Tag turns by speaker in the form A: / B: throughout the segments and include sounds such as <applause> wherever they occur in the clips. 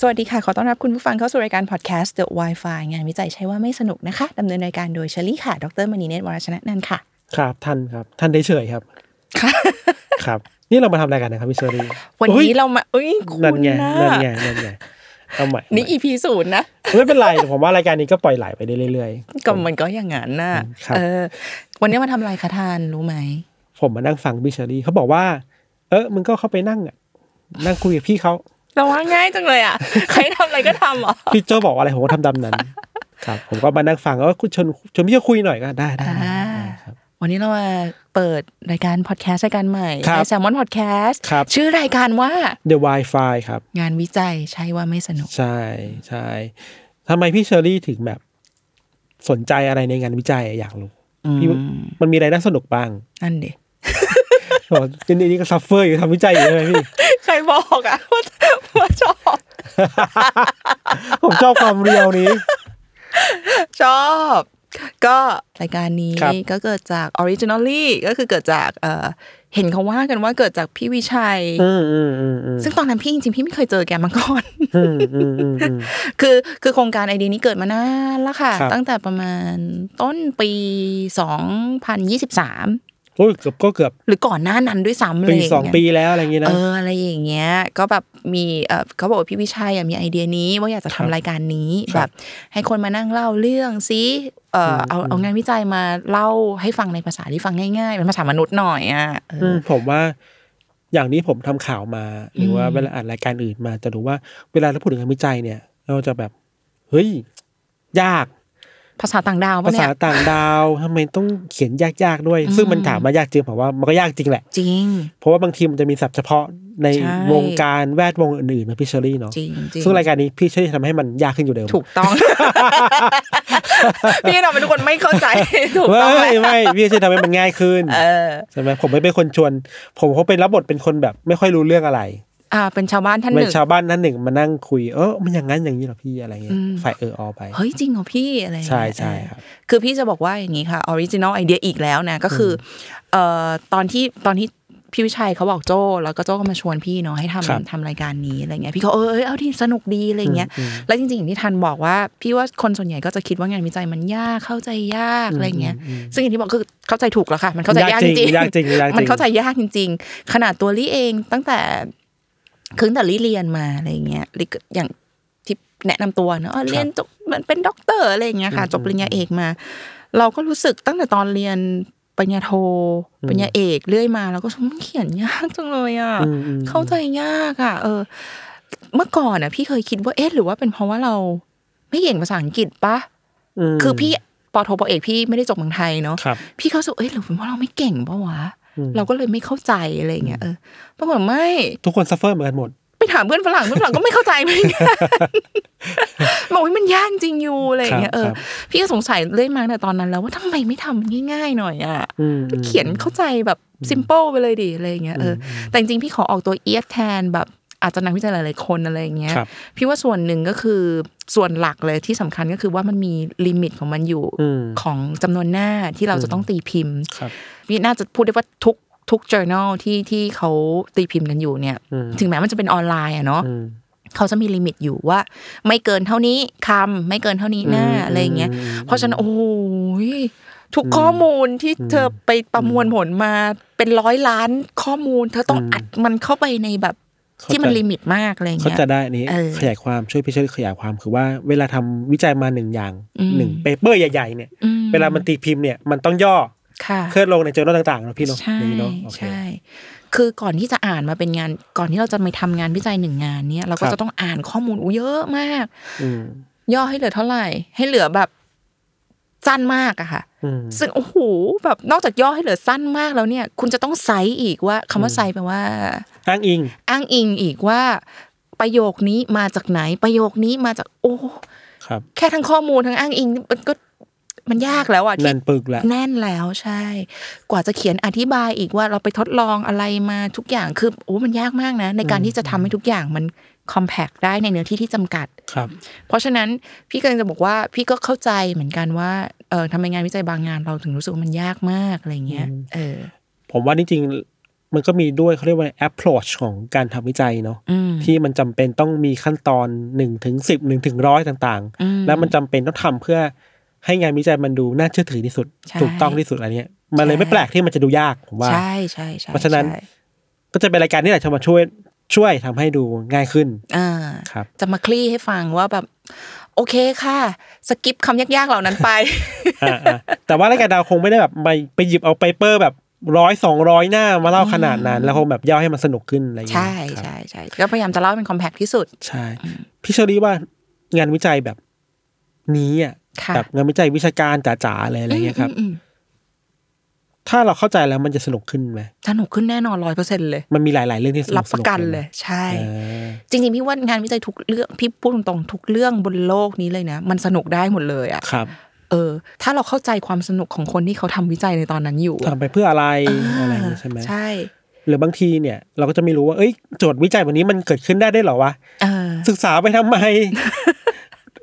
A: สวัสดีค่ะ ขอต้อนรับคุณผู้ฟังเข้าสู่รายการพอดแคสต์ The Wi-Fi งานวิจัยใช่ว่าไม่สนุกนะคะ ดำเนินรายการโดยเชลี่ค่ะ ดรมณีเนตรวรชนะนันท์ค่ะ
B: ครับท่านครับ ท่านได้เฉยครับ
A: ค่ะ
B: ครับ นี่เรามาทำอะไรกันนะครับพี่เชอรี่
A: วันนี้เรามาเอ้ยคุณ
B: นั่นไง
A: ะ
B: นั่นไงนั่นไงเอาใหม่
A: นี่ EP ศูนย์นะ
B: ไม่เป็นไรผมว่ารายการนี้ก็ปล่อยไหลไปได้เรื่อย
A: ก็มันก็อย่างนั้นน่ะ
B: ครับ
A: เออ วันนี้มาทำอะไรคะทานรู้ไหม
B: ๆผมมานั่งฟังพี่เชอรี่เขาบอกว่า เออมึงก็เข้าไปนั่งอ่ะนั่งคุยกับพี่เขา
A: เราว่าง่ายจังเลยอ่ะ <laughs> ใครทำอะไรก็ทำเหรอ
B: พี่โจบอกอะไรผมก็ทำตามนั้น ครับ ผมก็มานั่งฟังเออคุณชวนชวนพี่เจะคุยหน่อยก็ได้ได้ได้ได้ครับ
A: วันนี้เรามาเปิดรายการพอดแคสต์รายการใหม่
B: ครับ
A: แซมมอนพอดแคสต์
B: ครับ
A: ชื่อรายการว่า
B: The Wi-Fi ครับ
A: งานวิจัยใช่ว่าไม่สนุก
B: ใช่ใช่ทำไมพี่เชอรี่ถึงแบบ สนใจอะไรในงานวิจัยอะอยากรู้พี่ว่ามันมีอะไรน่าสนุกบ้าง
A: นั่นเด็
B: โอ้ยนี่นี่ก็ซัฟเฟอร์อยู่ทำวิจัยอยู่ใช่ <laughs> ไหมพี่
A: ใครบอกอ่ะว่าว่าชอบ
B: ผมชอบความเรียวนี้
A: <laughs> ชอบ ก็รายการนี้
B: ครับ
A: ก็เกิดจาก originally ก็คือเกิดจากเอ่อเห็นเขาว่ากันว่าเกิดจากพี่วิชัย
B: อืมอืมอืมอืม
A: ซึ่งตอนนั้นพี่จริงๆ พี่ไม่เคยเจอแกมาก่อน <laughs>
B: อืมอืมอืมอืม
A: คือ คือโครงการไอเดียนี้เกิดมานานแล้วค่ะ
B: ครับ
A: ตั้งแต่ประมาณต้นปี 2023
B: โอ้ยเกือบก็เกือบ
A: หรือก่อนหน้านั้นด้วยซ้ำเลย
B: ปีสอง
A: เนี่ย
B: ปีแล้วอะไรอย่างงี้นะ
A: เอออะไรอย่างเงี้ยก็แบบมีเออเขาบอกว่าพี่วิชัยอะมีไอเดียนี้ว่าอยากจะ
B: ค
A: ทำ
B: รับ
A: รายการนี้
B: ค
A: แบ
B: รั
A: บบ ให้คนมานั่งเล่าเรื่องซิเอออเอาเอางานวิจัยมาเล่าให้ฟังในภาษาที่ฟังง่ายๆเป็นภาษามนุษย์หน่อยอ่ะเอออ
B: ืมผมว่า อย่างนี้ผมทำข่าวมา หรือว่าเวลาอ่านรายการอื่นมา จะรู้ว่าเวลาเราพูดถึงงานวิจัยเนี่ย เราจะแบบ เฮ้ย ยาก
A: ภาษาต่างดาวปะ
B: ภา
A: เนี่
B: ษาย ต่างดาวทำไมต้องเขียนยากๆด้วย
A: อืม
B: ซึ่งมันถามมายากจริงผมว่ามันก็ยากจริงแหละ
A: จริง
B: เพราะว่าบางทีมันจะมีศัพท์เฉพาะใน
A: ใช่
B: วงการแวดวงอื่นๆนะพี่เชอรี่เนาะ
A: จริงจริง
B: ซึ่งรายการนี้พี่ช่วยทำให้มันยากขึ้นอยู่เดิม
A: ถูก
B: <laughs>
A: ต้อง พี่เราเป็นทุกคนไม่เข้าใจ <laughs> ถูกต้อง <laughs>
B: ไม่
A: แล้ว
B: ไม่พี่ช่วยทำให้มันง่ายขึ้น
A: เออ
B: ใช่ไหมผมไม่เป็นคนชวน ผมเขาเป็นรับบทเป็นคนแบบ ไม่ค่อยรู้เรื่องอะไร
A: อ่าเป็นชาวบ้านท่านห
B: เป็น
A: นึ่ง
B: ชาวบ้านนั่นหนึ่งมานั่งคุยเออมันอย่างนั้นอย่างนี้เหรอพี่อะไรเงี้
A: อื
B: ย
A: ม
B: ฝ่ายเออออไป
A: เฮ้ยจริงเหรอพี่อะไรอย่าง
B: ใช่
A: เงี้ย
B: ใช่
A: เออ
B: ครับ
A: คือพี่จะบอกว่าอย่างนี้ค่ะออริจินอลไอเดียอีกแล้วนะ ก็คืออเอ่อตอนที่ตอนที่พี่วิชัยเขาบอกโจ้แล้วก็โจ้ก็มาชวนพี่เนาะให้
B: ครับ
A: ทำทำรายการนี้อะไรเงี้ยพี่ก็เออเออเอาที่สนุกดีอะไรเงี้ยแล้วจริงๆอย่างที่ทันบอกว่าพี่ว่าคนส่วนใหญ่ก็จะคิดว่างานวิจัยมันยากเข้าใจยากอะไรเงี้ยซึ่งอย่างที่บอกคือเข้าใจถูกแล้วค่ะ มันเข้าใจยากจริงๆ
B: ยากจริงยากจริงยากจริง
A: มันเข้าใจยากจริง ๆ ขนาดตัวลี่เองตั้งแต่คือตั้งแต่ลี่เรียนมาอะไรเงี้ยลี่ก็อย่าง ที่แนะนำตัวเนอะเออเรียนจบเหมือนเป็นด็อกเตอร์อะไรอย่างเงี้ยค่ะ จบปริญญาเอกมา เราก็รู้สึกตั้งแต่ตอนเรียนปริญญาโทปริญญาเอกเรื่อยมาเราก็ชมเขียนยากจังเลยอ่ะ
B: อืมอืม
A: เข้าใจยากอ่ะ เออ เมื่อก่อนอ่ะ พี่เคยคิดว่าเอ๊ะหรือว่าเป็นเพราะว่าเราไม่เก่งภาษาอังกฤษปะ
B: ม
A: คือพี่ปอโทปอเอกพี่ไม่ได้จบเมืองไทยเนาะ
B: ครับ
A: พี่เขารู้สึกเอ้ยหรือเป็นเพราะเราไม่เก่งปะวะ
B: อืม
A: เราก็เลยไม่เข้าใจอะไรอย่างเงี้ยเออปรากฏไม่
B: ทุกคนซัฟเฟอร์เหมือนกันหมด
A: ไปถามเพื่อนฝรั่งเพื่อนฝรั่งก็ไม่เข้าใจเหมือนกันบอกว่ามันยากจริงอยู่อะไรอย่างเงี้ย
B: ค
A: เอ
B: รับ
A: อ
B: ครับ
A: พี่ก็สงสัยเรื่อยมาแต่ตอนนั้นแล้วว่าทำไมไม่ทำง่ายๆหน่อยอ่ะ
B: อืมอืม
A: เขียนเข้าใจแบบซิมเปิลไปเลยดิอะไรอย่างเงี้ยเอออแต่จริงๆพี่ขอออกตัวเอียดแทนแบบอาจจะนักวิจัยหลายๆคนอะไรอย่างเงี้ย
B: ครับ
A: พี่ว่าส่วนหนึ่งก็คือส่วนหลักเลยที่สำคัญก็คือว่ามันมีลิมิตของมันอยู่
B: อืม
A: ของจำนวนหน้าที่เราจะต้องตีพิมพ์
B: ครับ
A: นี่น่าจะพูดได้ว่าทุกทุก journal ที่ที่เขาตีพิมพ์กันอยู่เนี่ย
B: อืม
A: ถึงแม้มันจะเป็นออนไลน์อะเนาะ
B: อืม
A: เขาจะมีลิมิตอยู่ว่า ไม่เกินเท่านี้คำไม่เกินเท่านี้หน้า
B: อืม
A: อะไรอย่างเงี้ย
B: อืม
A: เพราะฉะนั้นโอ้ยทุกข้อมูลที่เธอไปประมวลผลมาเป็นร้อยล้านข้อมูล เธอต้องอัดมันเข้าไปในแบบ
B: เขา
A: ที่มัน
B: จะ
A: ลิมิตมากอะไรอย่าง
B: เขา
A: เงี้ย
B: จะได้อันนี้
A: เออ
B: ขยายความช่วยพี่ช่วยขยายความคือว่าเวลาทำวิจัยมาหนึ่งอย่าง
A: อืม
B: หนึ่งเปเปอร์ใหญ่ๆเนี่ย
A: อื
B: เวลามันตีพิมพ์เนี่ยมันต้องย่อ
A: ค่ะ
B: เคลื่อนลงในเจอร์นต่างๆเนอะพี่เนาะ
A: ใช่
B: อย่างนี้เนาะโอเค
A: ใช่ คือก่อนที่จะอ่านมาเป็นงาน ก่อนที่เราจะไปทำงานวิจัยหนึ่งงานเนี้ยเราก็
B: ครับ
A: จะต้องอ่านข้อมูลอู้เยอะมาก
B: อืม
A: ย่อให้เหลือเท่าไหร่ ให้เหลือแบบสั้นมากอะค่ะ
B: อืม
A: ซึ่งโอ้โหแบบนอกจากย่อให้เหลือสั้นมากแล้วเนี่ย คุณจะต้องไซส์อีกว่าคำว่า
B: อืม
A: ไซส์แปลว่า
B: อ้างอิง
A: อ้างอิงอีกว่า ประโยคนี้มาจากไหน ประโยคนี้มาจากโอ้
B: ครับ
A: แค่ทั้งข้อมูลทั้งอ้างอิงนี่มันก็มันยากแล้วอะที่
B: แน่นปึกแหละ
A: แน่นแล้วใช่ กว่าจะเขียนอธิบายอีกว่าเราไปทดลองอะไรมาทุกอย่างคือโอ้มันยากมากนะ ในการ
B: อืม
A: ที่จะทำให้ทุกอย่างมันคอม a c t ได้ในเนื้อที่ที่จำกัด
B: ครับ
A: เพราะฉะนั้นพี่กำลังจะบอกว่าพี่ก็เข้าใจเหมือนกันว่าเออทำไมงานวิจัยบางงานเราถึงรู้สึกว่ามันยากมากอะไรเงี้ย
B: อืม
A: เออ
B: ผมว่านี่จริงๆมันก็มีด้วยเขาเรียกว่า approach ของการทำวิจัยเนาะ
A: อืม
B: ที่มันจำเป็นต้องมีขั้นตอน1นถึงสิบหนึ่งถึงร้อยต่าง
A: อื
B: ๆ แล้วมันจำเป็นต้องทำเพื่อให้งานวิจัยมันดูน่าเชื่อถือที่สุด
A: ใช่
B: ถูกต้องที่สุดอะไรเนี้ยมันเลยไม่
A: ใช่
B: แปลกที่มันจะดูยากผมว่า
A: ใช่ใช่ใช่
B: เพราะฉะนั้น
A: ใช่
B: ก็จะเป็นรายการนี่แหละจะมาช่วยช่วยทำให้ดูง่ายขึ้น
A: อ่า
B: ครับ
A: จะมาคลี่ให้ฟังว่าแบบ โอเคค่ะสกิปคำยากๆเหล่า
B: <laughs>
A: นั้นไป
B: อ่า
A: <laughs>
B: อ่าแต่ว่ารายการดาวคงไม่ได้แบบไปไปหยิบเอาไปเปอร์แบบร้อยสองร้อยหน้ามาเล่าขนาดนั้น แล้วคงแบบย่อให้มันสนุกขึ้นอะไรอย่างเงี้ย
A: ใช่
B: ครับ
A: ใช่ใช่ก็พยายามจะเล่าให้มันคอม a c t ที่สุด
B: ใช่พี่เชอรี่ว่างานวิจัยแบบนี้อ่ะ
A: ค่ะ
B: แบบงานวิจัยวิชาการจ๋าๆเลยอะไรเงี้ยครับ
A: อืมอืม
B: ถ้าเราเข้าใจแล้วมันจะสนุกขึ้นไหม
A: สนุกขึ้นแน่นอนร้อยเปอร์เซ็นเลย
B: มันมีหลาย ๆ เรื่องที่สนุก
A: รับประกัน
B: ส
A: เลย ใช่
B: เออ
A: จริงๆพี่ว่างานวิจัยทุกเรื่องพี่พูดตรงๆทุกเรื่องบนโลกนี้เลยนะ มันสนุกได้หมดเลยอ่ะ
B: ครับ
A: เออ ถ้าเราเข้าใจความสนุกของคนที่เขาทำวิจัยในตอนนั้นอยู่อะ
B: ทำไปเพื่ออะไรอะไรอย่างเงี้ยใช่ไหม
A: ใช่
B: หรือบางทีเนี่ย เราก็จะไม่รู้ว่าเอ้ยโจทย์วิจัยวันนี้มันเกิดขึ้นได้ด้วยเหรอวะ
A: เออ
B: ศึกษาไปทำไม <laughs>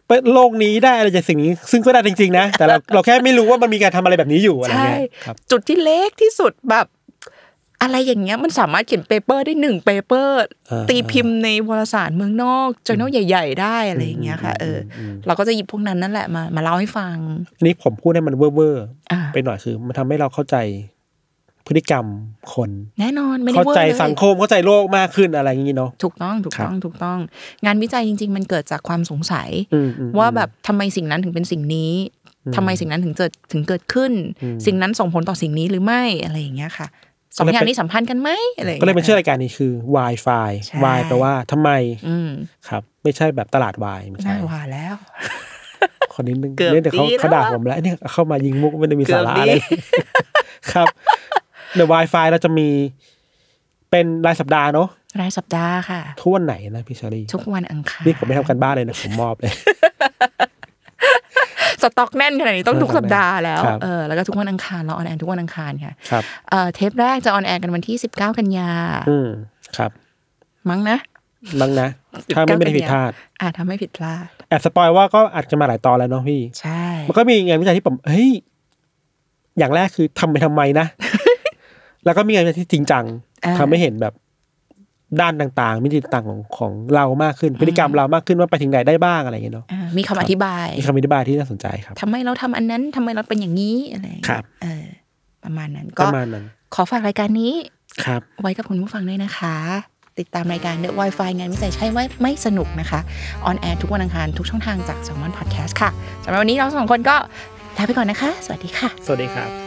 B: เปิดโลกนี้ได้อะไรจากสิ่งนี้ ซึ่งก็ได้จริง ๆ นะ แต่เราเราแค่ไม่รู้ว่ามันมีการทำอะไรแบบนี้อยู่อะไรเงี้ย
A: ใช่
B: ครับ
A: จุดที่เล็กที่สุดแบบ อะไรอย่างเงี้ยมันสามารถเขียนเปเปอร์ได้หนึ่งเปเปอร์
B: เออ
A: ตีพิมพ์ในวารสารเมืองนอกจ o น n a l ใหญ่ ๆ ได้อะไรอย่างเงี้ยค่ะเอออ
B: ม
A: เราก็จะหยิบพวกนั้นนั่นแหละมามาเล่าให้ฟัง
B: อันนี้ผมพูดให้มันเวอร์
A: อ่า
B: ๆไปหน่อยคือ มันทำให้เราเข้าใจพฤติกรรมคน
A: แน่นอนไม่ได้
B: เข้า
A: เวอร์
B: ใจ
A: เลย
B: สังคมเข้าใจโลกมากขึ้นอะไรอย่างนี้เนาะ
A: ถูกต้องถูกต้องถูกต้อง งานวิจัยจริง ๆ มันเกิดจากความสงสัย
B: อืมอืม
A: ว่าแบบทำไมสิ่งนั้นถึงเป็นสิ่งนี้ทำไมสิ่งนั้นถึงเกิดถึงเกิดขึ้น สิ่งนั้นส่งผลต่อสิ่งนี้หรือไม่อะไรอย่างเงี้ยค่ะสอง
B: ก็เลย
A: อย่าง
B: เป็น
A: นี้สัมพันธ์กันไหมอะไรอย่าง
B: ก็เลย
A: เงี้ย
B: เป็นชื่อรายการนี้คือ Wi-Fi
A: ใช่
B: Wi แปลว่าทำไม
A: อืม
B: ครับ ไม่ใช่แบบตลาดวายไม่ใช่
A: น่าว่าแล้ว
B: คนนี้นึง
A: เกือบ
B: เนี่ยเดี๋ยวเขา
A: ดีแล้ว
B: เขาด่าผมแล้วเนี่ยเข้ามายิงมุกไม่ได้มีสาระ
A: เกือบดี
B: อะไร <laughs> ครับเดี๋ยว Wi-Fi เราจะมีเป็นรายสัปดาห์เนาะ
A: รายสัปดาห์ค่ะ
B: ทุกวันไหนนะพี่เชอรี่
A: ทุกวันอังคาร
B: นี่ผมไม่ทำกันบ้านเลยนะผมมอบเลย
A: สต็อกแน่นขนาดนี้ต้องทุกสัปดาห์แล้ว
B: ครับ
A: เออแล้วก็ทุกวันอังคารเราออนแอร์ทุกวันอังคาร <laughs> ค่ะ
B: ครับ
A: เอ่อเทปแรกจะออนแอร์กันวันที่ 19 กันยา
B: อืมครับ
A: มั้งนะ
B: บังนะ
A: 19
B: ถ้าไม่ไม่ได้
A: กันยา
B: ผิดพลาด
A: อาจทำให้ผิดพลาด
B: แอบสปอยว่าก็อาจจะมาหลายตอนแล้วเนาะพี่
A: ใช่
B: มันก็มีงานวิจัยที่ผมเฮ้ยอย่างแรกคือทำไปทำไม <laughs> นะ แล้วก็มีงานวิจัยที่จริงจัง
A: า
B: ทำให้เห็นแบบด้านต่างๆมิติต่างๆของของเรามากขึ้น พฤติกรรมเรามากขึ้นว่าไปถึงไหนได้บ้างอะไรอย่างเงี้ยเนาะ
A: อ่ามีคำอธิบาย
B: มีคำอธิบายที่น่าสนใจครับ
A: ทำไมเราทำอันนั้นทำไมเราเป็นอย่างนี้อะไรอย่างเงี้ย
B: ครับ
A: เออ ประมาณนั้น
B: ป
A: ก็
B: ระมาณนั้น
A: ขอฝากรายการนี้
B: ครับ
A: ไว้กับคุณผู้ฟังด้วยนะคะ ติดตามรายการ The Wi-Fi งานวิจัยใช่ไว้ไม่สนุกนะคะออนแอร์ทุกวันอังคารทุกช่องทางจาก s ซ l m o n Podcast ค่ะสำหรับวันนี้เราสองคนก็ลาไปก่อนนะคะ สวัสดีค่ะ
B: สวัสดีครับ